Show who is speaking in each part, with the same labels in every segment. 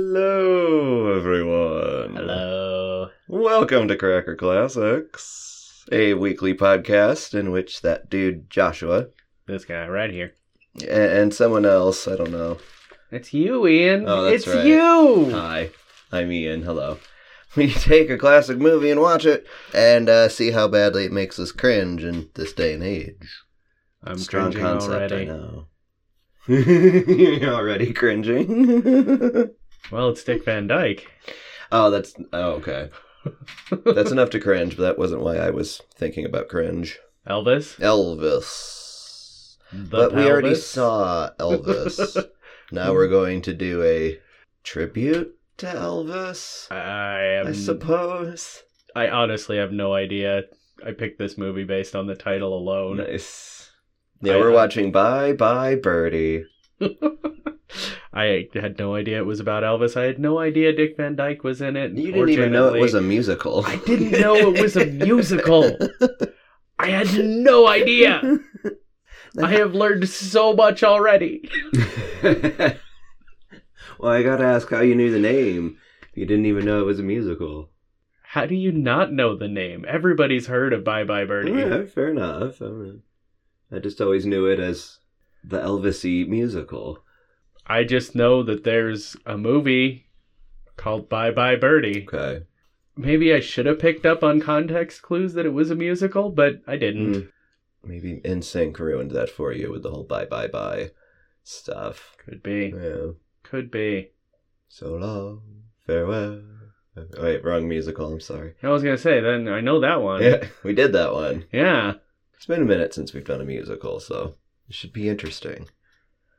Speaker 1: Hello, everyone.
Speaker 2: Hello.
Speaker 1: Welcome to Cracker Classics, a weekly podcast in which that dude Joshua
Speaker 2: This guy right here.
Speaker 1: a- and someone else, I don't know.
Speaker 2: It's you, Ian.
Speaker 1: Oh, that's
Speaker 2: it's
Speaker 1: right.
Speaker 2: you.
Speaker 1: Hi, I'm Ian. Hello. We take a classic movie and watch it and uh, see how badly it makes us cringe in this day and age.
Speaker 2: I'm
Speaker 1: Strong
Speaker 2: cringing
Speaker 1: concept,
Speaker 2: already.
Speaker 1: I know. You're already cringing.
Speaker 2: Well, it's Dick Van Dyke.
Speaker 1: oh, that's oh, okay. That's enough to cringe, but that wasn't why I was thinking about cringe.
Speaker 2: Elvis.
Speaker 1: Elvis.
Speaker 2: The
Speaker 1: but we already
Speaker 2: pelvis.
Speaker 1: saw Elvis. now we're going to do a tribute to Elvis,
Speaker 2: I am.
Speaker 1: I
Speaker 2: I,
Speaker 1: suppose.
Speaker 2: honestly have no idea. I picked this movie based on the title alone.
Speaker 1: Nice. Yeah,
Speaker 2: I- uh,
Speaker 1: we're
Speaker 2: I-
Speaker 1: watching Bye Bye Birdie.
Speaker 2: I had no idea it was about Elvis. I had no idea Dick Van Dyke was in it.
Speaker 1: You
Speaker 2: or
Speaker 1: didn't even
Speaker 2: Janet
Speaker 1: know it
Speaker 2: Leigh.
Speaker 1: was a musical.
Speaker 2: I didn't know it was a musical. I had no idea. I have learned so much already.
Speaker 1: well, I gotta ask how you knew the name. You didn't even know it was a musical.
Speaker 2: How do you not know the name? Everybody's heard of Bye Bye Birdie.
Speaker 1: Yeah, fair enough. I, mean, I just always knew it as the Elvisy musical.
Speaker 2: I just know that there's a movie called Bye Bye Birdie.
Speaker 1: Okay.
Speaker 2: Maybe I should have picked up on context clues that it was a musical, but I didn't.
Speaker 1: Mm. Maybe NSYNC ruined that for you with the whole bye bye bye stuff.
Speaker 2: Could be.
Speaker 1: Yeah.
Speaker 2: Could be.
Speaker 1: So long, farewell. Oh, wait, wrong musical. I'm sorry.
Speaker 2: I was going to say, then I know that one.
Speaker 1: Yeah, we did that one.
Speaker 2: Yeah.
Speaker 1: It's been a minute since we've done a musical, so it should be interesting.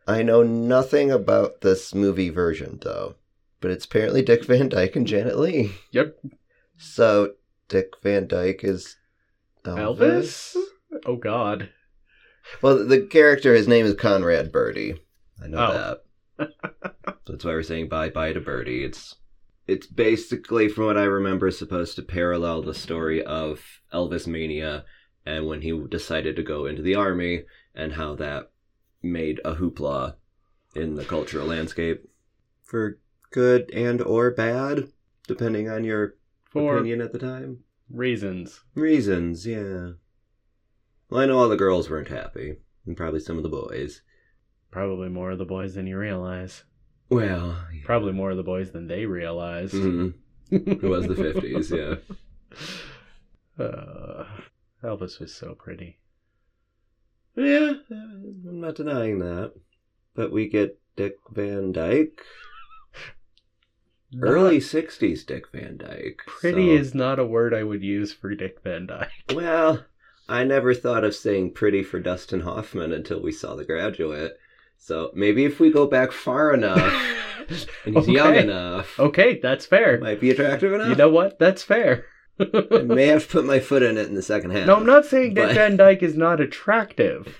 Speaker 1: I know nothing about this movie version though, but it's apparently Dick Van Dyke and Janet Lee.
Speaker 2: Yep.
Speaker 1: So Dick Van Dyke is
Speaker 2: Elvis? Oh, God.
Speaker 1: Well, the character, his name is Conrad Birdie. I know
Speaker 2: Oh.
Speaker 1: that. That's why we're saying bye bye to Birdie. It's it's basically, from what I remember, supposed to parallel the story of Elvis Mania and when he decided to go into the army and how that made a hoopla in the cultural landscape for good and or bad, depending on your
Speaker 2: For
Speaker 1: opinion at the time.
Speaker 2: reasons.
Speaker 1: Reasons, yeah. Well, I know all the girls weren't happy, and probably some of the boys.
Speaker 2: Probably more of the boys than you realize.
Speaker 1: Well, yeah.
Speaker 2: Probably more of the boys than they realize.
Speaker 1: Mhm. it was the 50s, yeah.
Speaker 2: Uh, Elvis was so pretty.
Speaker 1: Yeah, I'm not denying that. But we get Dick Van Dyke. Early 60s Dick Van Dyke.
Speaker 2: Uh-huh. Pretty
Speaker 1: so-
Speaker 2: is not a word I would use for Dick Van Dyke.
Speaker 1: Well, I never thought of saying pretty for Dustin Hoffman until we saw The Graduate. So maybe if we go back far enough and he's young
Speaker 2: Okay.
Speaker 1: enough,
Speaker 2: okay, that's fair.
Speaker 1: might be attractive enough.
Speaker 2: You know what? That's fair.
Speaker 1: I may have to put my foot in it in the second half.
Speaker 2: No, I'm not saying Dick
Speaker 1: But-
Speaker 2: Van Dyke is not attractive.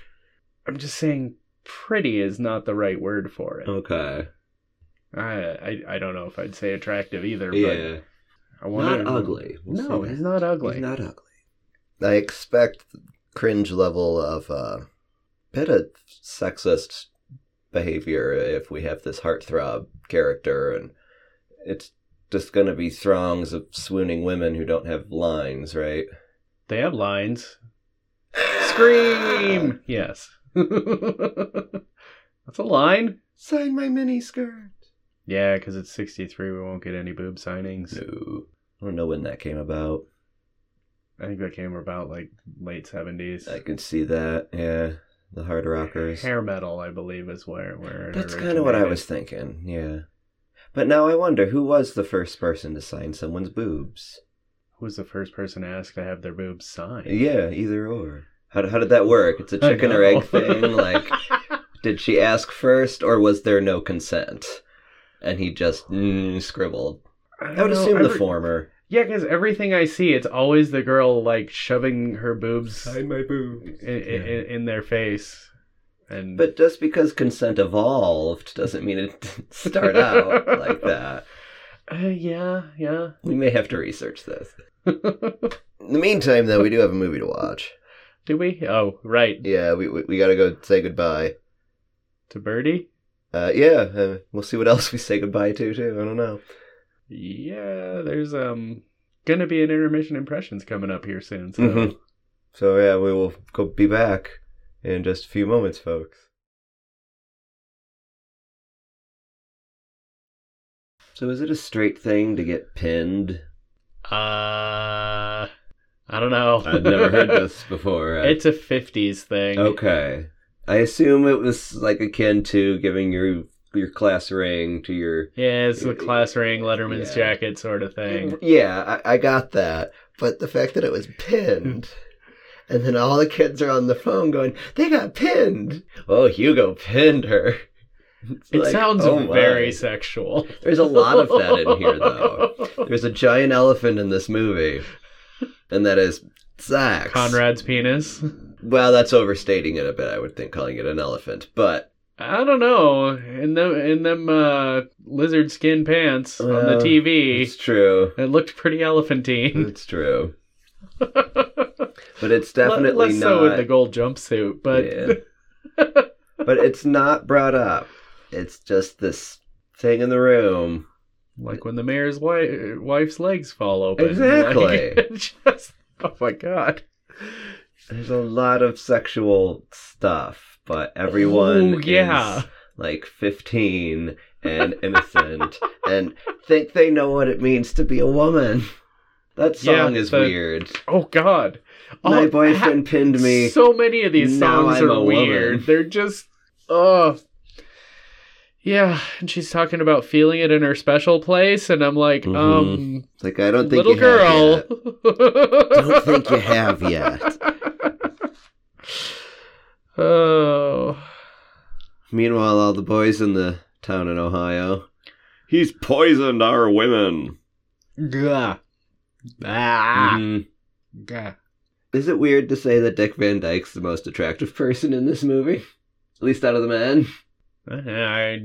Speaker 2: I'm just saying pretty is not the right word for
Speaker 1: Oh.
Speaker 2: it.
Speaker 1: Okay.
Speaker 2: I, I I don't know if I'd say attractive either.
Speaker 1: Yeah.
Speaker 2: But I
Speaker 1: Not
Speaker 2: wanna-
Speaker 1: ugly. We'll
Speaker 2: no,
Speaker 1: say
Speaker 2: he's
Speaker 1: that.
Speaker 2: not ugly.
Speaker 1: He's not ugly. I expect cringe level of uh, bit of sexist behavior if we have this heartthrob character, and it's just going to be throngs of swooning women who don't have lines, right?
Speaker 2: They have lines. Scream. yes. that's a line.
Speaker 1: Sign my mini skirt.
Speaker 2: Yeah, because it's 63. We won't get any boob signings.
Speaker 1: No, I don't know when that came about.
Speaker 2: I think that came about like late 70s.
Speaker 1: I can see that. Yeah, the hard rockers.
Speaker 2: Hair metal, I believe, is where where. it
Speaker 1: That's kind of what I
Speaker 2: originated.
Speaker 1: was thinking, yeah. But now I wonder who was the first person to sign someone's boobs?
Speaker 2: Who was the first person to ask to have their boobs signed?
Speaker 1: Yeah, either or. How, how did that work? It's a
Speaker 2: I
Speaker 1: chicken or
Speaker 2: know.
Speaker 1: egg thing? Like, did she ask first or was there no consent? And he just mm, scribbled. I would
Speaker 2: don't know,
Speaker 1: assume the
Speaker 2: every-
Speaker 1: former.
Speaker 2: Yeah, because everything I see, it's always the girl like shoving her boobs in,
Speaker 1: my boobs.
Speaker 2: in, in, in their face, and
Speaker 1: But just because consent evolved doesn't mean it didn't start out like that.
Speaker 2: uh, yeah, yeah.
Speaker 1: We may have to research this. In the meantime, though, we do have a movie to watch.
Speaker 2: Do we? Oh, right.
Speaker 1: Yeah, we we, we got to go say goodbye.
Speaker 2: To Birdie.
Speaker 1: Uh, yeah, uh, we'll see what else we say goodbye to too. I don't know.
Speaker 2: Yeah, there's um gonna be an intermission impressions coming up here soon. So
Speaker 1: Mhm. So yeah, we will go be back in just a few moments, folks. So is it a straight thing to get pinned?
Speaker 2: uh I don't know.
Speaker 1: I've never heard this before. uh,
Speaker 2: It's a fifties thing.
Speaker 1: okay. I assume it was like akin to giving your your class ring to your
Speaker 2: Yeah, it's the class ring, Letterman's
Speaker 1: Yeah.
Speaker 2: jacket sort of thing.
Speaker 3: Yeah, I, I got that. But the fact that it was pinned, and then all the kids are on the phone going, they got pinned. Oh, Hugo pinned her. It's
Speaker 2: It
Speaker 3: like,
Speaker 2: sounds
Speaker 3: oh my.
Speaker 2: very sexual.
Speaker 1: There's a lot of that in here though. There's a giant elephant in this movie. And that is Zax.
Speaker 2: Conrad's penis.
Speaker 1: Well, that's overstating it a bit, I would think, calling it an elephant. But
Speaker 2: I don't know. In them, in them uh, lizard skin pants on the
Speaker 1: Well,
Speaker 2: TV,
Speaker 1: it's true.
Speaker 2: it looked pretty elephantine.
Speaker 1: It's true.
Speaker 2: Le-
Speaker 1: But it's definitely
Speaker 2: less
Speaker 1: not.
Speaker 2: so with the gold jumpsuit, but
Speaker 1: Yeah. but it's not brought up. It's just this thing in the room.
Speaker 2: like when the mayor's wife, wife's legs fall open.
Speaker 1: Exactly.
Speaker 2: Like, it's just, oh my god.
Speaker 1: There's a lot of sexual stuff, but everyone
Speaker 2: Ooh, yeah.
Speaker 1: is like 15 and innocent and think they know what it means to be a woman. That
Speaker 2: Yeah,
Speaker 1: song is
Speaker 2: the-
Speaker 1: weird.
Speaker 2: Oh god. Oh,
Speaker 1: My
Speaker 2: ha-
Speaker 1: boyfriend pinned me.
Speaker 2: So many of these
Speaker 1: Now
Speaker 2: songs
Speaker 1: I'm
Speaker 2: are
Speaker 1: a
Speaker 2: weird.
Speaker 1: woman.
Speaker 2: They're just, oh, yeah. And she's talking about feeling it in her special place, and I'm like,
Speaker 1: Mhm.
Speaker 2: um,
Speaker 1: It's like I don't think
Speaker 2: little
Speaker 1: you have
Speaker 2: girl.
Speaker 1: yet. Don't think you have yet.
Speaker 2: Oh,
Speaker 1: Meanwhile, all the boys in the town in Ohio. He's poisoned our women.
Speaker 2: gah, ah,
Speaker 1: Mhm.
Speaker 2: gah.
Speaker 1: Is it weird to say that Dick Van Dyke's the most attractive person in this movie? At least out of the men?
Speaker 2: I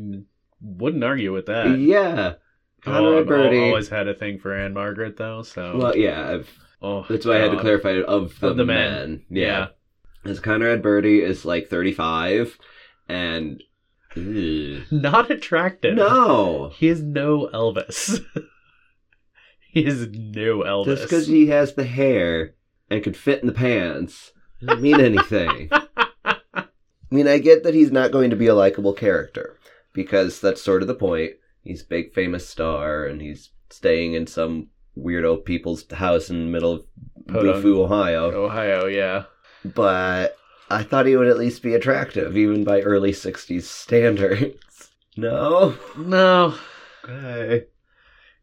Speaker 2: wouldn't argue with that.
Speaker 1: yeah. Conrad
Speaker 2: Oh, I've Uh, al-
Speaker 1: Birdie.
Speaker 2: always had a thing for Anne Margaret, though. So
Speaker 1: Well, yeah, I've,
Speaker 2: oh,
Speaker 1: that's why I had to
Speaker 2: God.
Speaker 1: clarify it, of the,
Speaker 2: Of the men.
Speaker 1: men. Yeah. Because Conrad Birdie is like 35 and. Ugh.
Speaker 2: Not attractive.
Speaker 1: No!
Speaker 2: He is no Elvis. he is no Elvis.
Speaker 1: Just because he has the hair and can fit in the pants doesn't mean anything. I mean, I get that he's not going to be a likable character because that's sort of the point. He's a big famous star and he's staying in some weirdo people's house in the middle of
Speaker 2: Podunk.
Speaker 1: Bufu, Ohio.
Speaker 2: Ohio, yeah.
Speaker 1: But I thought he would at least be attractive, even by early 60s standards. No?
Speaker 2: No,
Speaker 1: Okay.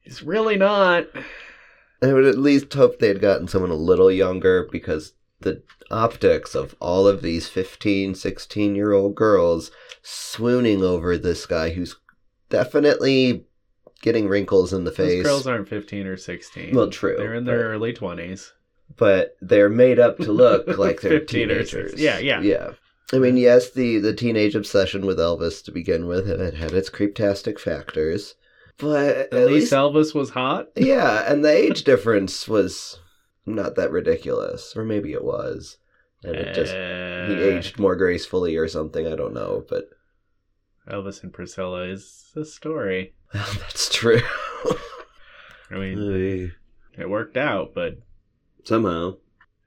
Speaker 2: he's really not.
Speaker 3: I would at least hope they'd gotten someone a little younger because the optics of all of these 15, 16 year old girls swooning over this guy who's definitely getting wrinkles in the
Speaker 2: Those
Speaker 3: face,
Speaker 2: girls aren't 15 or 16.
Speaker 1: Well, true,
Speaker 2: They're in their
Speaker 1: but-
Speaker 2: early 20s.
Speaker 3: but
Speaker 1: They're made up to look like they're
Speaker 2: 15 or 16.
Speaker 1: teenagers.
Speaker 2: Yeah, yeah.
Speaker 3: Yeah. I mean, yes, the, the teenage obsession with Elvis to begin with, and it had its creeptastic factors. But at,
Speaker 2: At
Speaker 3: least,
Speaker 2: least Elvis was hot.
Speaker 3: yeah, and the age difference was not that ridiculous, or maybe it was, and it just he
Speaker 1: Eh.
Speaker 2: Uh,
Speaker 3: aged more gracefully or something. I don't know, but
Speaker 2: Elvis and Priscilla is a story.
Speaker 3: well, that's true.
Speaker 2: I mean,
Speaker 1: Ugh.
Speaker 2: it worked out, but
Speaker 1: Somehow.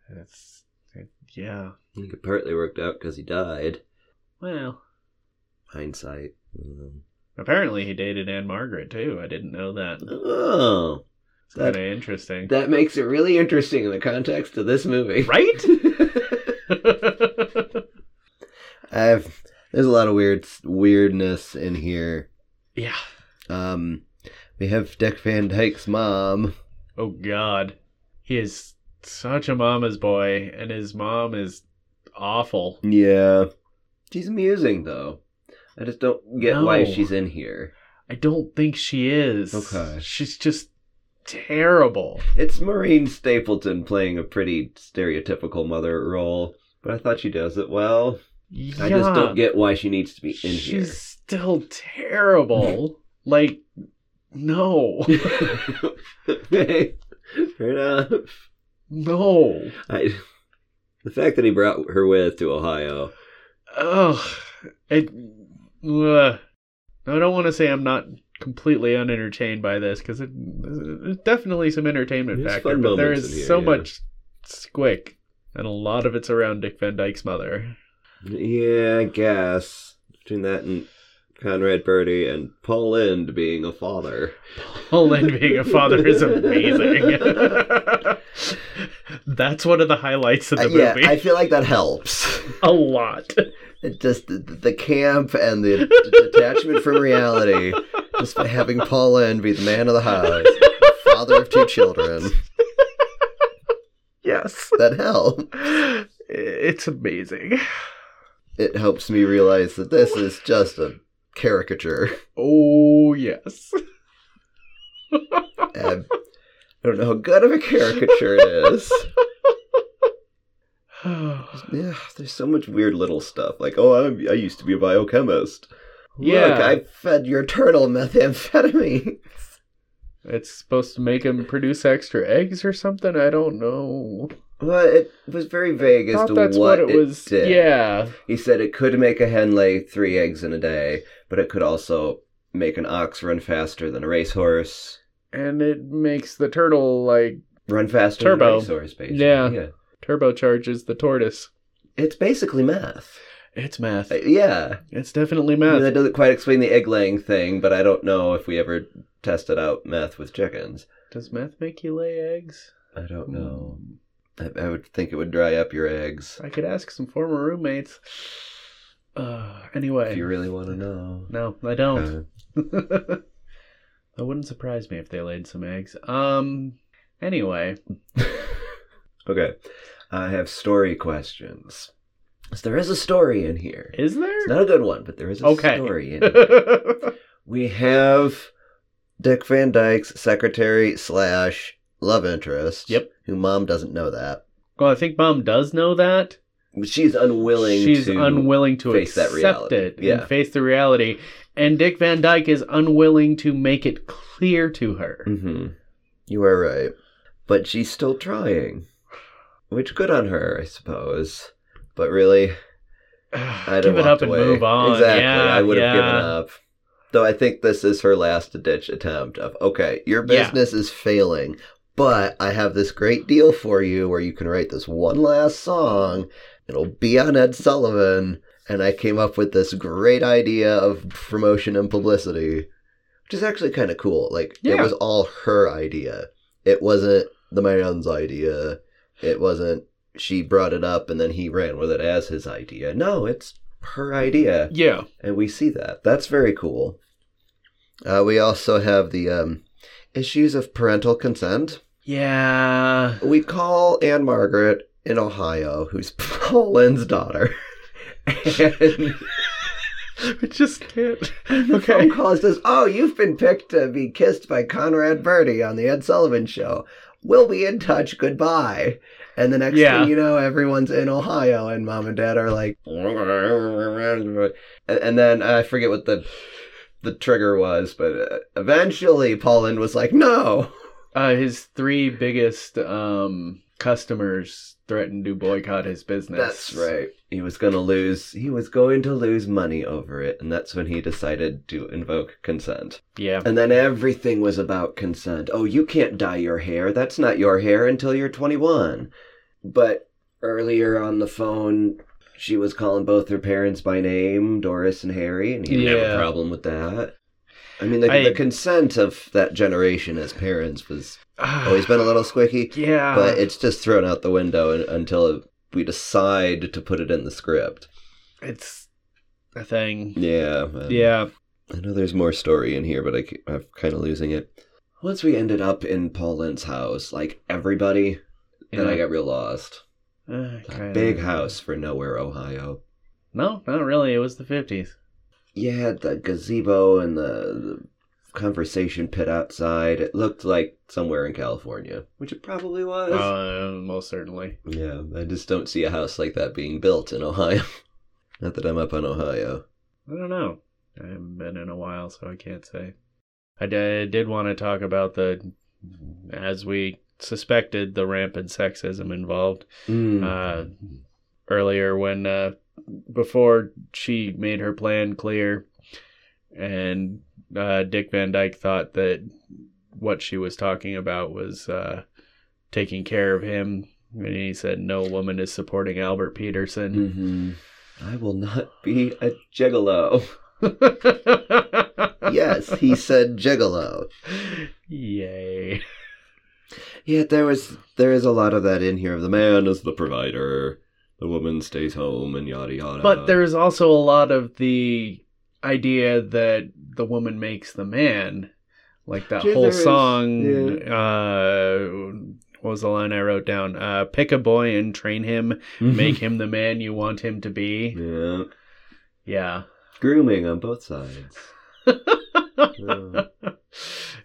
Speaker 2: it's. It, yeah.
Speaker 1: I think it partly worked out because he died.
Speaker 2: Well,
Speaker 1: Hindsight. Mm.
Speaker 2: apparently he dated Anne Margaret, too. I didn't know that.
Speaker 1: Oh,
Speaker 2: It's
Speaker 1: That-
Speaker 2: kind of interesting.
Speaker 1: that makes it really interesting in the context of this movie.
Speaker 2: right?
Speaker 3: I've there's a lot of weird weirdness in here.
Speaker 2: yeah.
Speaker 3: Um, we have Dick Van Dyke's mom.
Speaker 2: Oh God, he is such a mama's boy, and his mom is awful.
Speaker 1: Yeah. She's amusing, though. I just don't get
Speaker 2: No.
Speaker 1: why she's in here.
Speaker 2: I don't think she is.
Speaker 1: Okay.
Speaker 2: she's just terrible.
Speaker 1: It's Maureen Stapleton playing a pretty stereotypical mother role, but I thought she does it well.
Speaker 2: Yeah,
Speaker 1: I just don't get why she needs to be in
Speaker 2: she's still terrible. like, no,
Speaker 1: here. Fair enough.
Speaker 2: no.
Speaker 1: I, the fact that he brought her with to Ohio.
Speaker 2: Ugh. It. Ugh. I don't want to say I'm not completely unentertained by this because it, there's definitely some entertainment
Speaker 4: There's
Speaker 2: factor,
Speaker 4: fun
Speaker 2: but there
Speaker 4: moments in
Speaker 2: is
Speaker 4: here,
Speaker 2: so
Speaker 4: yeah.
Speaker 2: much squick, and a lot of it's around Dick Van Dyke's mother.
Speaker 4: Yeah, I guess. Between that and Conrad Birdie and Paul Lind being a father.
Speaker 2: Holland being a father is amazing. That's one of the highlights of the
Speaker 1: Uh, yeah,
Speaker 2: movie.
Speaker 1: I feel like that helps.
Speaker 2: a lot.
Speaker 1: It just the, the camp and the d- detachment from reality, just by having Paul Lynde be the man of the house, father of two children,
Speaker 2: Yes.
Speaker 1: that helps.
Speaker 2: It's amazing.
Speaker 1: It helps me realize that this is just a caricature.
Speaker 2: Oh, yes.
Speaker 1: And I don't know how good of a caricature it is. Yeah, there's so much weird little stuff. Like, oh, I, I used to be a biochemist. Look,
Speaker 2: Yeah.
Speaker 1: I fed your turtle methamphetamine.
Speaker 2: It's supposed to make him produce extra eggs or something. I don't know.
Speaker 1: Well, it was very vague as to
Speaker 2: Thought that's what, it was.
Speaker 1: did.
Speaker 2: Yeah.
Speaker 1: He said it could make a hen lay three eggs in a day, but it could also make an ox run faster than a racehorse.
Speaker 2: And it makes the turtle like
Speaker 1: Run faster than a
Speaker 2: Turbo.
Speaker 1: racehorse, basically.
Speaker 2: Yeah. turbocharges the tortoise.
Speaker 1: It's basically math.
Speaker 2: It's math.
Speaker 1: Uh, Yeah.
Speaker 2: It's definitely
Speaker 1: I mean,
Speaker 2: math.
Speaker 1: that doesn't quite explain the egg laying thing, but I don't know if we ever tested out math with chickens.
Speaker 2: Does math make you lay eggs?
Speaker 1: I don't know. I, I would think it would dry up your eggs.
Speaker 2: I could ask some former roommates. Uh,
Speaker 1: If
Speaker 2: anyway,
Speaker 1: you really want to know.
Speaker 2: no, I don't.
Speaker 1: Uh,
Speaker 2: that wouldn't surprise me if they laid some eggs. Um. Anyway,
Speaker 1: Uh, okay. I have story questions. So there is a story in here.
Speaker 2: is
Speaker 1: It's
Speaker 2: there?
Speaker 1: not a good one, but there is a
Speaker 2: Okay.
Speaker 1: story in here. We have Dick Van Dyke's secretary slash love interest.
Speaker 2: Yep.
Speaker 1: Who mom doesn't know that.
Speaker 2: well, I think mom does know that.
Speaker 1: She's unwilling
Speaker 2: She's
Speaker 1: to
Speaker 2: unwilling to
Speaker 1: face that
Speaker 2: accept
Speaker 1: reality.
Speaker 2: it
Speaker 1: Yeah.
Speaker 2: and face the reality. And Dick Van Dyke is unwilling to make it clear to her.
Speaker 1: hmm You are right. But she's still trying. Which good on her, I suppose. But really, I'd
Speaker 2: Give
Speaker 1: have
Speaker 2: it up
Speaker 1: walked
Speaker 2: and
Speaker 1: away.
Speaker 2: move on.
Speaker 1: Exactly.
Speaker 2: Yeah,
Speaker 1: I would have
Speaker 2: yeah.
Speaker 1: given up. Though I think this is her last ditch attempt of okay, your
Speaker 2: Yeah.
Speaker 1: business is failing, but I have this great deal for you where you can write this one last song. It'll be on Ed Sullivan, and I came up with this great idea of promotion and publicity, which is actually kind of cool. Like it
Speaker 2: Yeah.
Speaker 1: was all her idea. It wasn't the man's idea. It wasn't she brought it up and then he ran with it as his idea. No, it's her idea,
Speaker 2: Yeah.
Speaker 1: and we see that. That's very cool. Uh, we also have the um, issues of parental consent.
Speaker 2: Yeah.
Speaker 1: We call Anne Margaret in Ohio, who's Pauline's daughter. and
Speaker 2: I just can't.
Speaker 1: phone
Speaker 2: Okay.
Speaker 1: call and says, "Oh, you've been picked to be kissed by Conrad Birdie on the Ed Sullivan Show. We'll be in touch. Goodbye." And the next
Speaker 2: Yeah.
Speaker 1: thing you know, everyone's in Ohio, and mom and dad are like, and and then I forget what the the trigger was, but uh, eventually Pauline was like, "No."
Speaker 2: Uh, his three biggest um, customers threatened to boycott his business.
Speaker 1: That's right. He was gonna lose. He was going to lose money over it, and that's when he decided to invoke consent.
Speaker 2: Yeah.
Speaker 1: And then everything was about consent. Oh, you can't dye your hair. That's not your hair until you're 21. But earlier on the phone, she was calling both her parents by name, Doris and Harry, and he didn't have
Speaker 2: Yeah.
Speaker 1: a problem with that. I mean, the,
Speaker 2: I-
Speaker 1: the consent of that generation as parents was
Speaker 2: Ah,
Speaker 1: always Oh, been a little squicky,
Speaker 2: Yeah.
Speaker 1: but it's just thrown out the window un- until we decide to put it in the script.
Speaker 2: it's a thing.
Speaker 1: Yeah. man.
Speaker 2: Yeah.
Speaker 1: I know there's more story in here, but I, am kind of losing it. Once we ended up in Paul Lindt's house, like everybody, then I got real lost. A
Speaker 2: Okay.
Speaker 1: big house for nowhere, Ohio.
Speaker 2: No, not really. It was the 50s.
Speaker 1: You had the gazebo and the, the conversation pit outside. It looked like somewhere in California, which it probably was.
Speaker 2: Uh, most certainly.
Speaker 1: yeah, I just don't see a house like that being built in Ohio. Not that I'm up on Ohio.
Speaker 2: I don't know. I haven't been in a while, so I can't say. I did, did want to talk about the, as we suspected, the rampant sexism involved.
Speaker 1: Hmm.
Speaker 2: uh, earlier when uh, before she made her plan clear and uh, Dick Van Dyke thought that what she was talking about was uh, taking care of him. And he said, "No woman is supporting Albert Peterson."
Speaker 5: Mm-hmm. I will not be a gigolo.
Speaker 1: yes, he said gigolo.
Speaker 2: Yay!
Speaker 5: Yeah, there was there is a lot of that in here. The man is the provider, the woman stays home, and yada yada.
Speaker 1: Uh,
Speaker 2: But there is also a lot of the idea that the woman makes the man, like that
Speaker 5: Yeah,
Speaker 2: whole
Speaker 5: there is,
Speaker 2: song.
Speaker 5: yeah.
Speaker 2: Uh, what was the line I wrote down? Uh, Pick a boy and train him, make him the man you want him to be.
Speaker 5: yeah.
Speaker 2: Yeah.
Speaker 5: grooming on both sides. Yeah.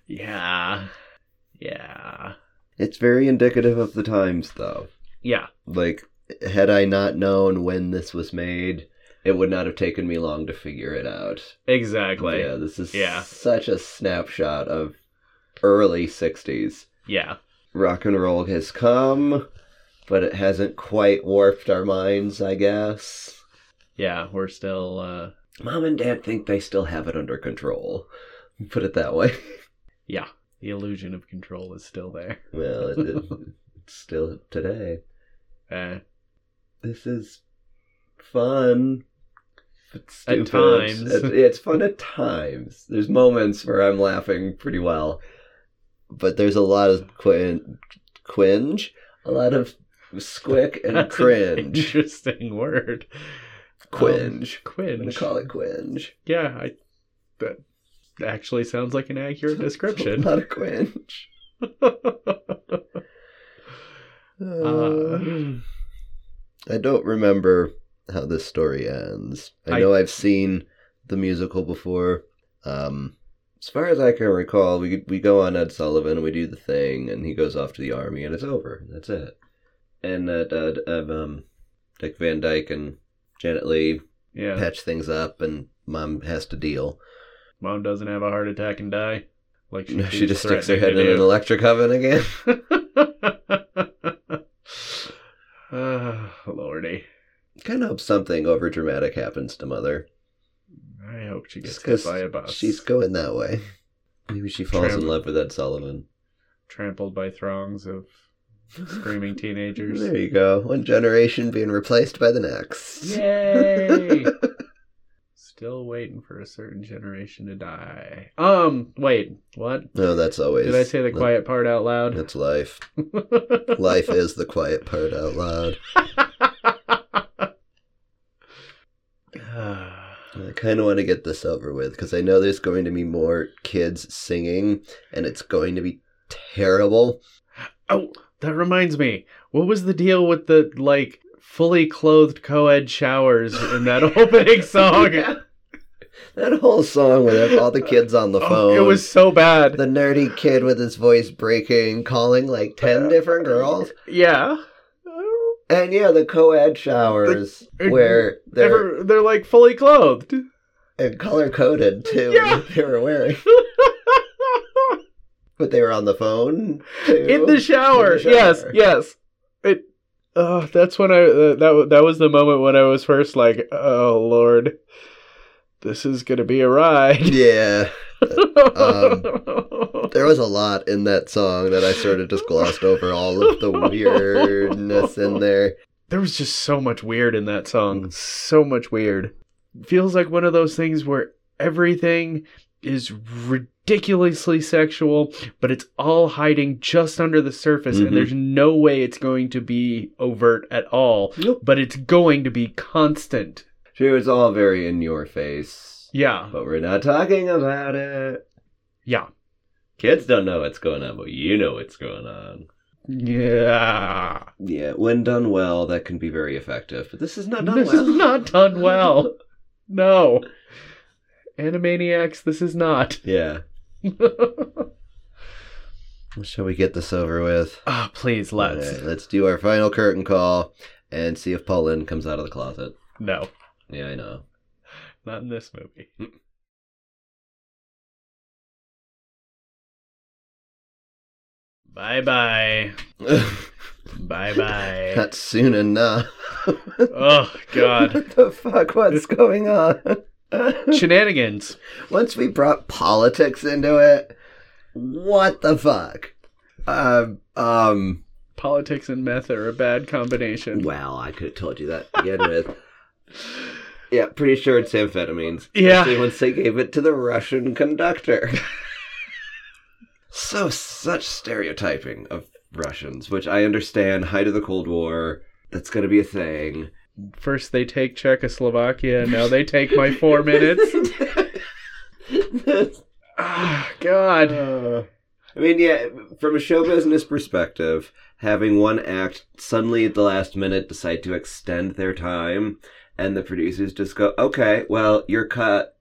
Speaker 2: yeah. Yeah.
Speaker 1: It's very indicative of the times, though.
Speaker 2: Yeah.
Speaker 1: Like, had I not known when this was made, it would not have taken me long to figure it out.
Speaker 2: Exactly.
Speaker 1: yeah, this is
Speaker 2: yeah.
Speaker 1: such a snapshot of early 60s.
Speaker 2: Yeah.
Speaker 1: Rock and roll has come, but it hasn't quite warped our minds, I guess.
Speaker 2: Yeah. We're still. Uh,
Speaker 1: Mom and Dad think they still have it under control. Put it that way.
Speaker 2: the illusion of control is still there.
Speaker 1: Well, it, it, it's still today.
Speaker 2: Uh,
Speaker 1: This is fun. But
Speaker 2: At
Speaker 1: stupid.
Speaker 2: times.
Speaker 1: It's, it's fun at times. There's moments where I'm laughing pretty well, but there's a lot of quin- quinge, a lot of squick and
Speaker 2: that's an
Speaker 1: cringe.
Speaker 2: Interesting word.
Speaker 1: Quinge.
Speaker 2: Um, quinge.
Speaker 1: I'm gonna call it quinge.
Speaker 2: Yeah, I, that actually sounds like an accurate
Speaker 1: Description.
Speaker 2: description.
Speaker 1: A lot of quinge.
Speaker 2: Uh,
Speaker 1: I don't remember how this story ends. I
Speaker 2: I-
Speaker 1: know I... have seen the musical before. Um, as far as I can recall, we we go on Ed Sullivan, we do the thing, and he goes off to the army, and it's over. That's it. And uh, uh, uh, um, Dick Van Dyke and Janet Lee
Speaker 2: yeah,
Speaker 1: patch things up, and Mom has to deal.
Speaker 2: mom doesn't have a heart attack and die. Like she,
Speaker 1: She
Speaker 2: keeps
Speaker 1: just sticks her head in
Speaker 2: threatening to
Speaker 1: an electric oven again.
Speaker 2: do. Ah, lordy,
Speaker 1: kind of hope something over dramatic happens to Mother.
Speaker 2: I hope she gets
Speaker 1: Just
Speaker 2: hit
Speaker 1: 'cause
Speaker 2: by a bus.
Speaker 1: She's going that way. Maybe she falls
Speaker 2: Tramp.
Speaker 1: in love with Ed Sullivan.
Speaker 2: trampled by throngs of screaming teenagers.
Speaker 1: There you go. One generation being replaced by the next.
Speaker 2: Yay! Still waiting for a certain generation to die. Um, wait, what?
Speaker 1: No, Oh, that's always.
Speaker 2: Did I say the
Speaker 1: that-
Speaker 2: quiet part out loud?
Speaker 1: That's life. Life is the quiet part out loud. I kind of want to get this over with because I know there's going to be more kids singing, and it's going to be terrible.
Speaker 2: oh, that reminds me. What was the deal with the like fully clothed co-ed showers in that opening song?
Speaker 1: That whole song with all the kids on the
Speaker 2: Oh,
Speaker 1: phone.
Speaker 2: it was so bad.
Speaker 1: the nerdy kid with his voice breaking, calling like ten different girls.
Speaker 2: yeah.
Speaker 1: And yeah, the co-ed showers
Speaker 2: The-
Speaker 1: where they're
Speaker 2: They're, they're like fully clothed.
Speaker 1: color coded too.
Speaker 2: Yeah.
Speaker 1: They were wearing, but they were on the phone too.
Speaker 2: in the shower.
Speaker 1: In the
Speaker 2: Yes,
Speaker 1: shower.
Speaker 2: yes. It. Uh, that's when I. Uh, that wa- that was the moment when I was first like, oh lord, this is gonna be a ride.
Speaker 1: yeah, um, there was a lot in that song that I sort of just glossed over all of the weirdness in there.
Speaker 2: there was just so much weird in that song. So much weird. Feels like one of those things where everything is ridiculously sexual, but it's all hiding just under the surface,
Speaker 1: Mhm.
Speaker 2: and there's no way it's going to be overt at all.
Speaker 1: Nope.
Speaker 2: But it's going to be constant.
Speaker 1: Sure, it's all very in your face,
Speaker 2: Yeah.
Speaker 1: but we're not talking about it.
Speaker 2: Yeah.
Speaker 1: Kids don't know what's going on, but you know what's going on.
Speaker 2: Yeah.
Speaker 1: Yeah, when done well, that can be very effective. But this is not done
Speaker 2: this
Speaker 1: well.
Speaker 2: is not done well. No. Animaniacs, this is not.
Speaker 1: Yeah. Shall we get this over with?
Speaker 2: Ah, please let's.
Speaker 1: Alright, let's do our final curtain call and see if Pauline comes out of the closet.
Speaker 2: No.
Speaker 1: Yeah, I know.
Speaker 2: Not in this movie. Bye bye. Bye bye.
Speaker 1: not soon enough.
Speaker 2: oh, God.
Speaker 1: What the fuck? What's going on?
Speaker 2: Shenanigans.
Speaker 1: Once we brought politics into it, what the fuck? Um, um,
Speaker 2: Politics and meth are a bad combination.
Speaker 1: well, I could have told you that to begin with. Yeah, pretty sure it's amphetamines.
Speaker 2: Yeah.
Speaker 1: Especially once they gave it to the Russian conductor. so, such stereotyping of Russians, which I understand, height of the Cold War, that's going to be a thing.
Speaker 2: First they take Czechoslovakia, now they take my four minutes. Ah, God.
Speaker 1: Uh, I mean, yeah, from a show business perspective, having one act suddenly at the last minute decide to extend their time, and the producers just go, okay, well, you're cut,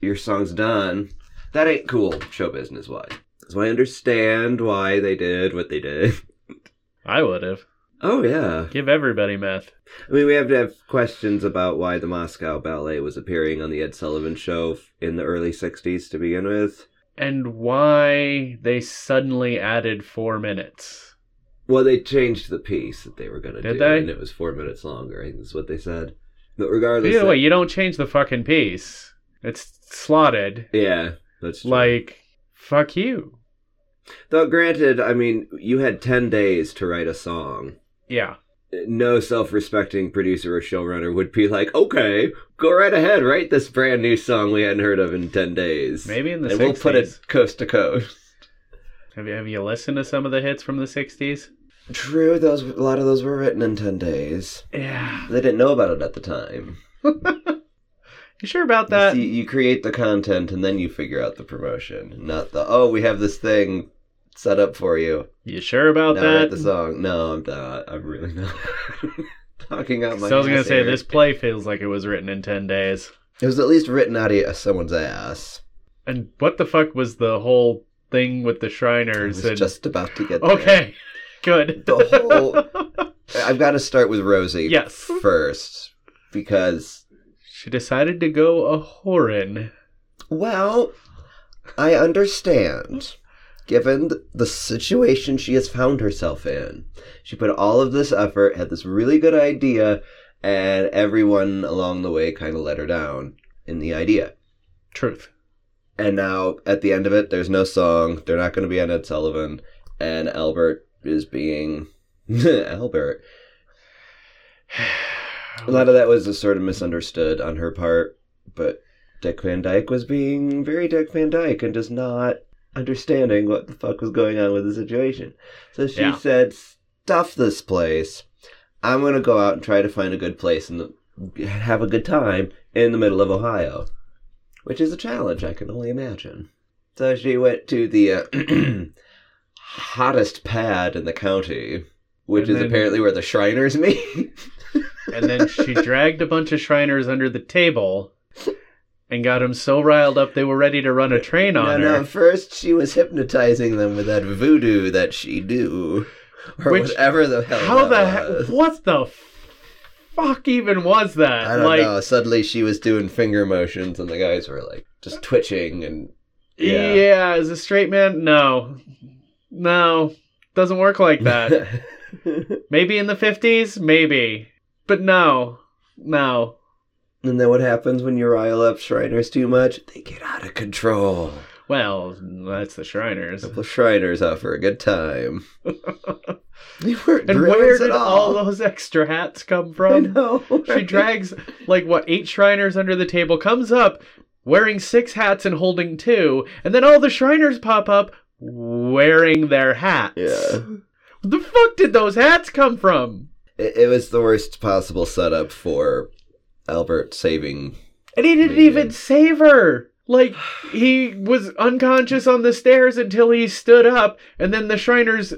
Speaker 1: your song's done. That ain't cool, show business wise. So I understand why they did what they did.
Speaker 2: I would have.
Speaker 1: Oh, yeah.
Speaker 2: Give everybody meth.
Speaker 1: I mean, we have to have questions about why the Moscow Ballet was appearing on the Ed Sullivan Show in the early 60s to begin with.
Speaker 2: And why they suddenly added four minutes.
Speaker 6: Well, they changed the piece that they were going to
Speaker 2: Did
Speaker 6: do,
Speaker 2: they?
Speaker 6: and it was four minutes longer. I think that's what they said. But regardless,
Speaker 2: Either way, you don't change the fucking piece. It's slotted.
Speaker 6: yeah, that's true.
Speaker 2: Like, fuck you.
Speaker 6: Though, granted, I mean, you had ten days to write a song.
Speaker 2: Yeah.
Speaker 6: No self-respecting producer or showrunner would be like, "Okay, go right ahead, write this brand new song we hadn't heard of in ten days,
Speaker 2: Maybe in the
Speaker 6: and
Speaker 2: 60s.
Speaker 6: we'll put it coast to coast."
Speaker 2: Have you, have you listened to some of the hits from the 60s?
Speaker 1: True, those a lot of those were written in ten days.
Speaker 2: Yeah.
Speaker 1: They didn't know about it at the time.
Speaker 2: You sure about
Speaker 1: You
Speaker 2: that?
Speaker 1: see, you create the content and then you figure out the promotion, not the oh we have this thing set up for you.
Speaker 2: You sure about
Speaker 1: Now
Speaker 2: that?
Speaker 1: write the song. No, I'm not. I'm really not talking out my.
Speaker 2: so I was gonna
Speaker 1: ass
Speaker 2: say
Speaker 1: here.
Speaker 2: this play feels like it was written in ten days.
Speaker 1: It was at least written out of someone's ass.
Speaker 2: And what the fuck was the whole thing with the
Speaker 1: I
Speaker 2: Shriners?
Speaker 1: was
Speaker 2: And
Speaker 1: just about to get there.
Speaker 2: okay, good.
Speaker 1: The I've got to start with Rosie
Speaker 2: yes,
Speaker 1: first because
Speaker 2: she decided to go a whorin.
Speaker 1: Well, I understand. Given th- the situation she has found herself in, she put all of this effort, had this really good idea, and everyone along the way kind of let her down in the idea.
Speaker 2: Truth.
Speaker 1: And now, at the end of it, there's no song. They're not going to be on Ed Sullivan, and Albert is being Albert. A lot of that was a sort of misunderstood on her part, but Dick Van Dyke was being very Dick Van Dyke and just not understanding what the fuck was going on with the situation. So she
Speaker 2: Yeah.
Speaker 1: said, "Stuff this place. I'm gonna go out and try to find a good place and the- have a good time in the middle of Ohio, which is a challenge I can only imagine." So she went to the uh, hottest pad in the county, which
Speaker 2: And
Speaker 1: is
Speaker 2: then-
Speaker 1: apparently where the Shriners meet.
Speaker 2: and then she dragged a bunch of Shriners under the table. And got them so riled up they were ready to run a train on
Speaker 1: no,
Speaker 2: her.
Speaker 1: no. First, she was hypnotizing them with that voodoo that she do, or
Speaker 2: Which-
Speaker 1: whatever the hell.
Speaker 2: How the
Speaker 1: that was.
Speaker 2: he- what the fuck even was that?
Speaker 1: I don't
Speaker 2: like
Speaker 1: know. Suddenly, she was doing finger motions, and the guys were like just twitching. And
Speaker 2: Yeah.
Speaker 1: Yeah.
Speaker 2: as a straight man, no. No. Doesn't work like that.
Speaker 1: and
Speaker 2: maybe in the 50s, maybe. But no. No.
Speaker 1: then what happens when you rile up Shriners too much? They get out of control.
Speaker 2: Well, that's the Shriners.
Speaker 1: Couple of Shriners out for a good time. They weren't
Speaker 2: And
Speaker 1: Bruins
Speaker 2: where
Speaker 1: at
Speaker 2: did all
Speaker 1: all.
Speaker 2: those extra hats come
Speaker 1: I
Speaker 2: from?
Speaker 1: know.
Speaker 2: She
Speaker 1: right?
Speaker 2: drags like what eight Shriners under the table comes up wearing six hats and holding two, and then all the Shriners pop up wearing their hats.
Speaker 1: Yeah.
Speaker 2: The fuck did those hats come from?
Speaker 1: It, it was the worst possible setup for Albert saving
Speaker 2: And he didn't
Speaker 1: They did.
Speaker 2: even save her. Like he was unconscious on the stairs until he stood up, and then the Shriners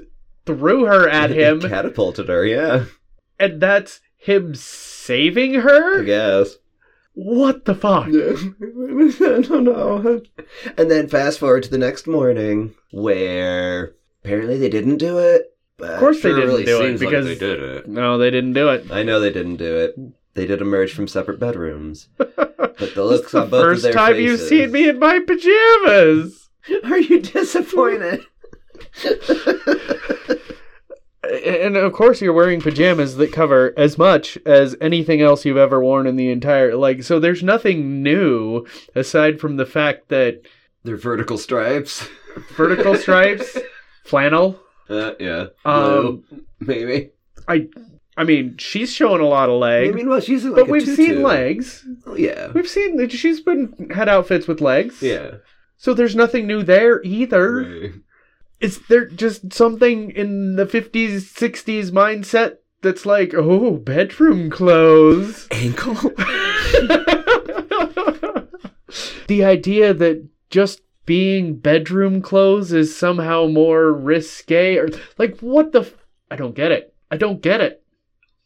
Speaker 2: threw her at him,
Speaker 1: catapulted her, yeah.
Speaker 2: and that's him saving her.
Speaker 1: I guess.
Speaker 2: What the fuck?
Speaker 1: I don't know. And then fast forward to the next morning, where apparently they didn't do it. But
Speaker 2: Of course they didn't do it, because-
Speaker 1: did it.
Speaker 2: No, they didn't do it.
Speaker 1: I know they didn't do it. They did emerge from separate bedrooms, but the looks
Speaker 2: It's the
Speaker 1: on both
Speaker 2: first
Speaker 1: of their
Speaker 2: time you've
Speaker 1: faces.
Speaker 2: seen me in my pajamas.
Speaker 1: Are you disappointed?
Speaker 2: And and of course you're wearing pajamas that cover as much as anything else you've ever worn in the entire like so there's nothing new aside from the fact that
Speaker 1: They're vertical stripes.
Speaker 2: vertical stripes, flannel.
Speaker 1: Uh, yeah.
Speaker 2: Um,
Speaker 1: Blue, maybe.
Speaker 2: I mean, she's showing a lot of
Speaker 1: I
Speaker 2: leg.
Speaker 1: mean, well, she's in, like
Speaker 2: but
Speaker 1: a
Speaker 2: we've
Speaker 1: tutu.
Speaker 2: seen legs.
Speaker 1: Oh, yeah.
Speaker 2: We've seen that she's been had outfits with legs.
Speaker 1: Yeah.
Speaker 2: So there's nothing new there either.
Speaker 1: Right.
Speaker 2: Is there just something in the 50s, 60s mindset that's like, oh, bedroom clothes?
Speaker 1: Ankle.
Speaker 2: the idea that just being bedroom clothes is somehow more risque or like what the f- I don't get it. I don't get it.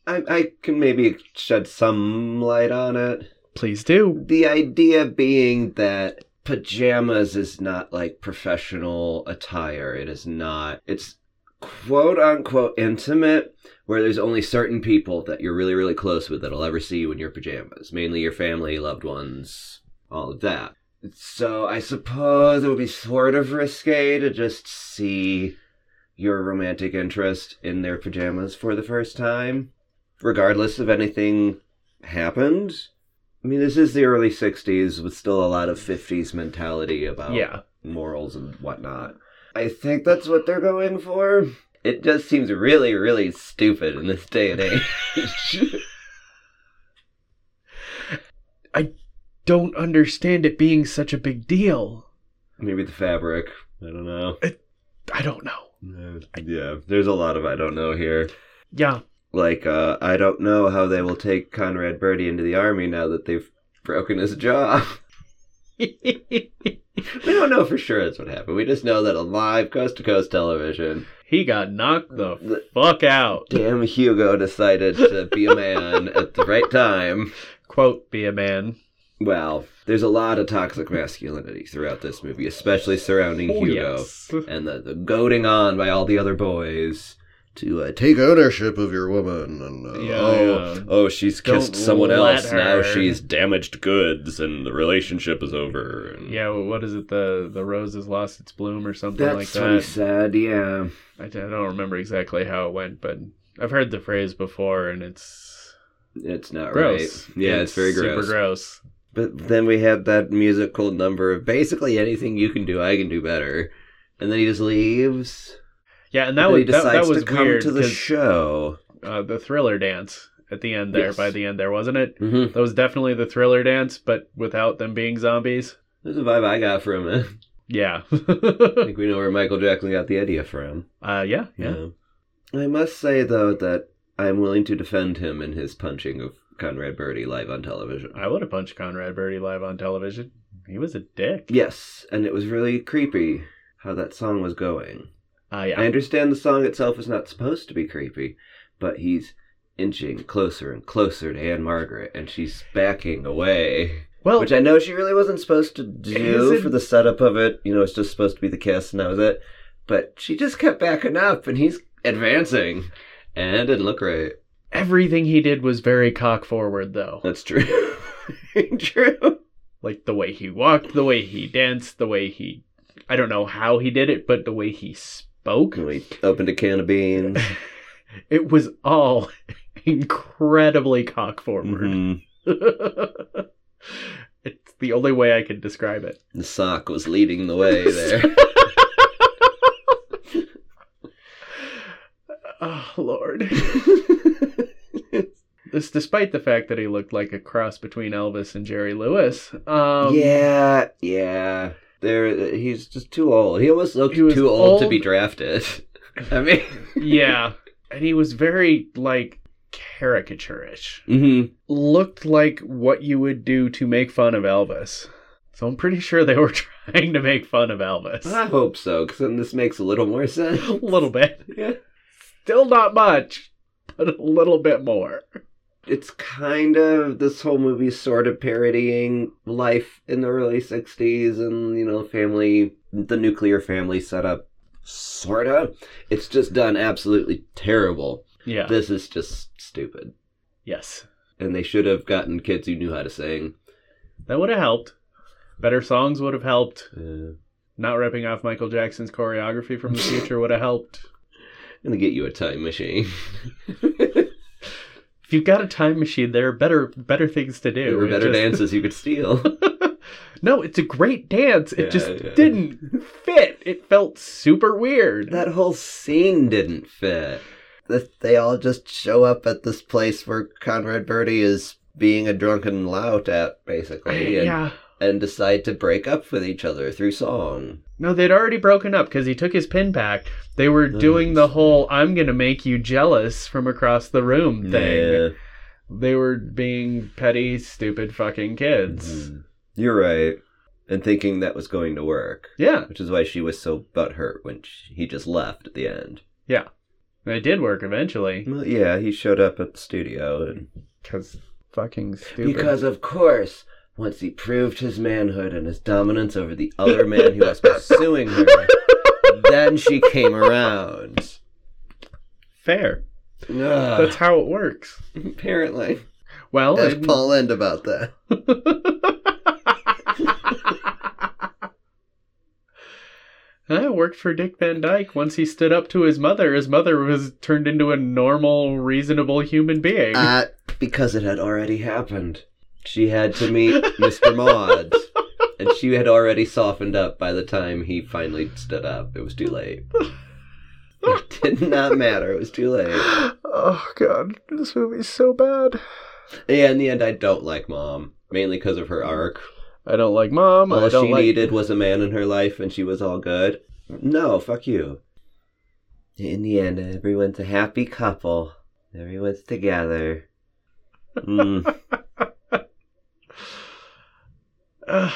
Speaker 1: I, I can maybe shed some light on it.
Speaker 2: Please do.
Speaker 1: The idea being that pajamas is not like professional attire. It is not. It's quote unquote intimate, where there's only certain people that you're really, really close with that'll ever see you in your pajamas. Mainly your family, loved ones, all of that. So I suppose it would be sort of risque to just see your romantic interest in their pajamas for the first time, regardless of anything happened. I mean, this is the early 60s with still a lot of 50s mentality about
Speaker 2: Yeah.
Speaker 1: morals and whatnot. I think that's what they're going for. It just seems really, really stupid in this day and age.
Speaker 2: Don't understand it being such a big deal.
Speaker 1: Maybe the fabric. I don't know.
Speaker 2: I don't know.
Speaker 1: Yeah, there's a lot of I don't know here.
Speaker 2: Yeah.
Speaker 1: Like, uh, I don't know how they will take Conrad Birdie into the army now that they've broken his jaw.
Speaker 2: he
Speaker 1: We don't know for sure that's what happened. We just know that on live coast to coast television,
Speaker 2: got knocked the
Speaker 1: the
Speaker 2: fuck out.
Speaker 1: damn Hugo decided to be a man at the right time.
Speaker 2: Quote, be a man.
Speaker 1: Well, there's a lot of toxic masculinity throughout this movie, especially surrounding
Speaker 2: Oh,
Speaker 1: Hugo and the, the goading on by all the other boys to uh, take ownership of your woman. And, uh,
Speaker 2: Yeah,
Speaker 1: oh,
Speaker 2: yeah.
Speaker 1: oh, she's
Speaker 2: Don't
Speaker 1: kissed someone
Speaker 2: let
Speaker 1: else. Now
Speaker 2: her."
Speaker 1: she's damaged goods, and the relationship is over. And
Speaker 2: Yeah, what is it? The the rose has lost its bloom or something
Speaker 1: that's
Speaker 2: like
Speaker 1: what he
Speaker 2: that.
Speaker 1: said. Yeah,
Speaker 2: I, d- I don't remember exactly how it went, but I've heard the phrase before, and it's
Speaker 1: it's not
Speaker 2: gross.
Speaker 1: right. Yeah, it's, very gross.
Speaker 2: Super gross.
Speaker 1: But then we had that musical number of basically anything you can do, I can do better. And then he just leaves.
Speaker 2: Yeah, and
Speaker 1: But
Speaker 2: that
Speaker 1: then he
Speaker 2: was that,
Speaker 1: decides
Speaker 2: that was
Speaker 1: to come
Speaker 2: weird
Speaker 1: to the
Speaker 2: 'cause,
Speaker 1: show.
Speaker 2: uh, the thriller dance at the end there.
Speaker 1: Yes.
Speaker 2: By the end there, wasn't it?
Speaker 1: Mm-hmm.
Speaker 2: That was definitely the thriller dance, but without them being zombies.
Speaker 1: That's the vibe I got from it.
Speaker 2: Yeah.
Speaker 1: I think we know where Michael Jackson got the idea from.
Speaker 2: uh, yeah,
Speaker 1: you
Speaker 2: yeah.
Speaker 1: know? Um, I must say though that I'm willing to defend him in his punching of Conrad Birdie live on television.
Speaker 2: I would have punched Conrad Birdie live on television. He was a dick.
Speaker 1: Yes, and it was really creepy how that song was going.
Speaker 2: Uh, yeah.
Speaker 1: I understand the song itself is not supposed to be creepy, but he's inching closer and closer to Anne Margaret, and she's backing away.
Speaker 2: well,
Speaker 1: Which I know she really wasn't supposed to
Speaker 2: Is
Speaker 1: do
Speaker 2: it-
Speaker 1: for the setup of it. You know, it's just supposed to be the kiss, and that was it. But she just kept backing up, and he's advancing. And it didn't look right.
Speaker 2: everything he did was very cock forward, though.
Speaker 1: That's true. true.
Speaker 2: like the way he walked, the way he danced, the way he I don't know how he did it, but the way he spoke,
Speaker 1: We opened a can of beans.
Speaker 2: it was all incredibly cock forward.
Speaker 1: Mhm.
Speaker 2: it's the only way I could describe it.
Speaker 1: The sock was leading the way there.
Speaker 2: oh lord. This despite the fact that he looked like a cross between Elvis and Jerry Lewis. Um
Speaker 1: yeah, yeah. There, he's just too old. He almost looked
Speaker 2: He was
Speaker 1: too old, to
Speaker 2: old.
Speaker 1: be drafted. I mean,
Speaker 2: yeah. And he was very like caricaturish. Mm-hmm.
Speaker 1: Mhm.
Speaker 2: looked like what you would do to make fun of Elvis. So I'm pretty sure they were trying to make fun of Elvis.
Speaker 1: I hope so, because then this makes a little more sense.
Speaker 2: a little bit.
Speaker 1: Yeah.
Speaker 2: Still not much, but a little bit more.
Speaker 1: It's kind of this whole movie sort of parodying life in the early 60s and, you know, family, the nuclear family setup. Sort of. It's just done absolutely terrible.
Speaker 2: Yeah.
Speaker 1: This is just stupid.
Speaker 2: yes.
Speaker 1: And they should have gotten kids who knew how to sing.
Speaker 2: That would have helped. Better songs would have helped.
Speaker 1: Uh,
Speaker 2: Not ripping off Michael Jackson's choreography from the future would have helped.
Speaker 1: gonna get you a time machine.
Speaker 2: If you've got a time machine, there are better better things to do.
Speaker 1: there were
Speaker 2: It
Speaker 1: better
Speaker 2: just-
Speaker 1: dances you could steal.
Speaker 2: no, it's a great dance. It
Speaker 1: Yeah,
Speaker 2: just
Speaker 1: yeah.
Speaker 2: didn't fit. It felt super weird.
Speaker 1: that whole scene didn't fit.
Speaker 3: Th- They all just show up at this place where Conrad Birdie is being a drunken lout at, basically, and,
Speaker 2: yeah.
Speaker 3: and decide to break up with each other through song.
Speaker 2: No, they'd already broken up because he took his pin back. They were doing the whole "I'm gonna make you jealous" from across the room thing.
Speaker 3: Yeah.
Speaker 2: They were being petty, stupid, fucking kids.
Speaker 1: Mm-hmm.
Speaker 3: Mhm.
Speaker 1: You're right. And thinking that was going to work,
Speaker 2: Yeah,
Speaker 1: which is why she was so butthurt when she, he just left at the end.
Speaker 2: it did work eventually
Speaker 1: Well, yeah, he showed up at the studio and
Speaker 2: because fucking stupid.
Speaker 3: Because, of course, once he proved his manhood and his dominance over the other man who was pursuing her, then she came around.
Speaker 2: fair.
Speaker 1: Uh.
Speaker 3: Ugh.
Speaker 2: That's how it works.
Speaker 1: apparently
Speaker 2: Well,
Speaker 3: Ask
Speaker 2: and-
Speaker 3: Paul End about that.
Speaker 2: I eh, worked for Dick Van Dyke. Once he stood up to his mother, his mother was turned into a normal, reasonable human being.
Speaker 3: Uh, because it had already happened. She had to meet Mr. Maud.
Speaker 1: and she had already softened up by the time he finally stood up. It was too late.
Speaker 3: It did not matter. It was too late.
Speaker 2: oh god, this movie's so bad.
Speaker 1: Yeah, in the end, I don't like mom mainly because of her arc.
Speaker 2: I don't like mom.
Speaker 1: All
Speaker 2: I don't
Speaker 1: she
Speaker 2: like.
Speaker 1: needed was a man in her life, and she was all good. No, fuck you.
Speaker 3: In the end, everyone's a happy couple. Everyone's together.
Speaker 1: Mm,
Speaker 2: Ugh.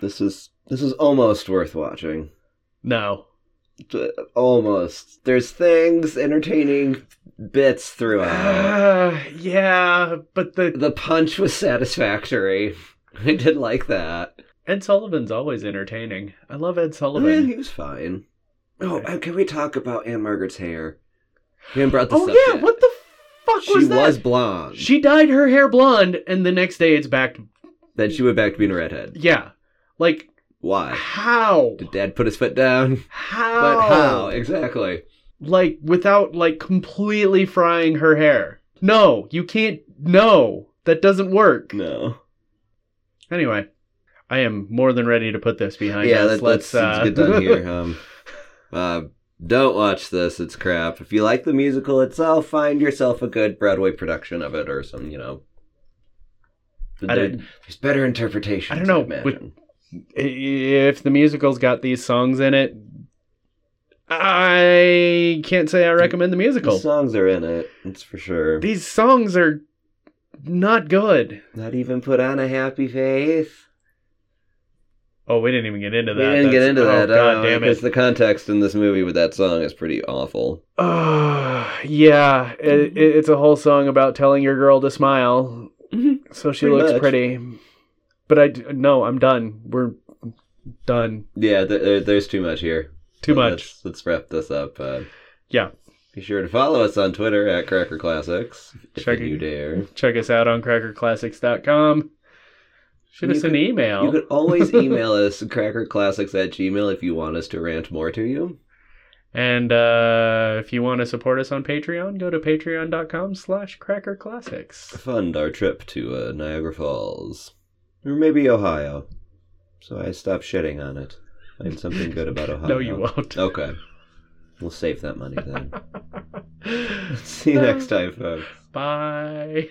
Speaker 1: this is this is almost worth watching.
Speaker 2: no,
Speaker 1: D- Almost. There's things entertaining bits throughout.
Speaker 2: Uh, yeah, but the
Speaker 1: The punch was satisfactory. I did like that.
Speaker 2: Ed Sullivan's always entertaining. I love Ed
Speaker 1: Eh,
Speaker 2: Sullivan.
Speaker 1: he was fine. Oh, uh, can we talk about Anne Margaret's hair? We haven't brought this
Speaker 2: oh
Speaker 1: up
Speaker 2: yeah,
Speaker 1: yet.
Speaker 2: what the fuck
Speaker 1: she
Speaker 2: was that?
Speaker 1: blonde.
Speaker 2: She dyed her hair blonde, and the next day it's back to
Speaker 1: Then she went back to being a redhead.
Speaker 2: yeah. Like
Speaker 1: Why?
Speaker 2: how?
Speaker 1: Did Dad put his foot down?
Speaker 2: How?
Speaker 1: But how exactly?
Speaker 2: Like without like completely frying her hair? No, you can't. No, that doesn't work.
Speaker 1: No.
Speaker 2: Anyway, I am more than ready to put this behind
Speaker 1: yeah,
Speaker 2: us.
Speaker 1: that, let's,
Speaker 2: let's
Speaker 1: let's
Speaker 2: uh,
Speaker 1: get done here. Um, uh, don't watch this; it's crap. If you like the musical itself, find yourself a good Broadway production of it, or some, you know.
Speaker 2: I
Speaker 1: There-
Speaker 2: don't-
Speaker 1: there's better interpretation.
Speaker 2: I don't know,
Speaker 1: imagine.
Speaker 2: if the musical's got these songs in it, I can't say I recommend the
Speaker 1: The
Speaker 2: musical.
Speaker 1: songs are in it. It's for sure.
Speaker 2: These songs are not good.
Speaker 1: Not even put on a happy face.
Speaker 2: Oh, we didn't even get into
Speaker 1: We
Speaker 2: that.
Speaker 1: didn't get
Speaker 2: That's-
Speaker 1: into
Speaker 2: oh,
Speaker 1: that.
Speaker 2: God
Speaker 1: uh,
Speaker 2: damn
Speaker 1: Because
Speaker 2: it.
Speaker 1: the context in this movie with that song is pretty awful.
Speaker 2: Uh, yeah, it, it, it's a whole song about telling your girl to smile so
Speaker 1: Mm-hmm.
Speaker 2: she
Speaker 1: Pretty
Speaker 2: looks
Speaker 1: much.
Speaker 2: pretty. But I d- no, I'm done. We're done.
Speaker 1: Yeah, th- there, there's too much here.
Speaker 2: Too
Speaker 1: So
Speaker 2: much.
Speaker 1: Let's, let's wrap this up. Uh,
Speaker 2: Yeah.
Speaker 1: Be sure to follow us on Twitter at Cracker Classics. If
Speaker 2: Check it.
Speaker 1: you dare.
Speaker 2: Check us out on crackerclassics.com. Shoot
Speaker 1: You
Speaker 2: us an
Speaker 1: could-
Speaker 2: email.
Speaker 1: You could always email us crackerclassics at gmail if you want us to rant more to you.
Speaker 2: And uh, if you want to support us on Patreon, go to patreon.com slash cracker classics.
Speaker 1: Fund our trip to uh, Niagara Falls. Or maybe Ohio. So I stop shitting on it. Find something good about Ohio.
Speaker 2: No, you won't.
Speaker 1: Okay. We'll save that money then. See you next time, folks.
Speaker 2: Bye.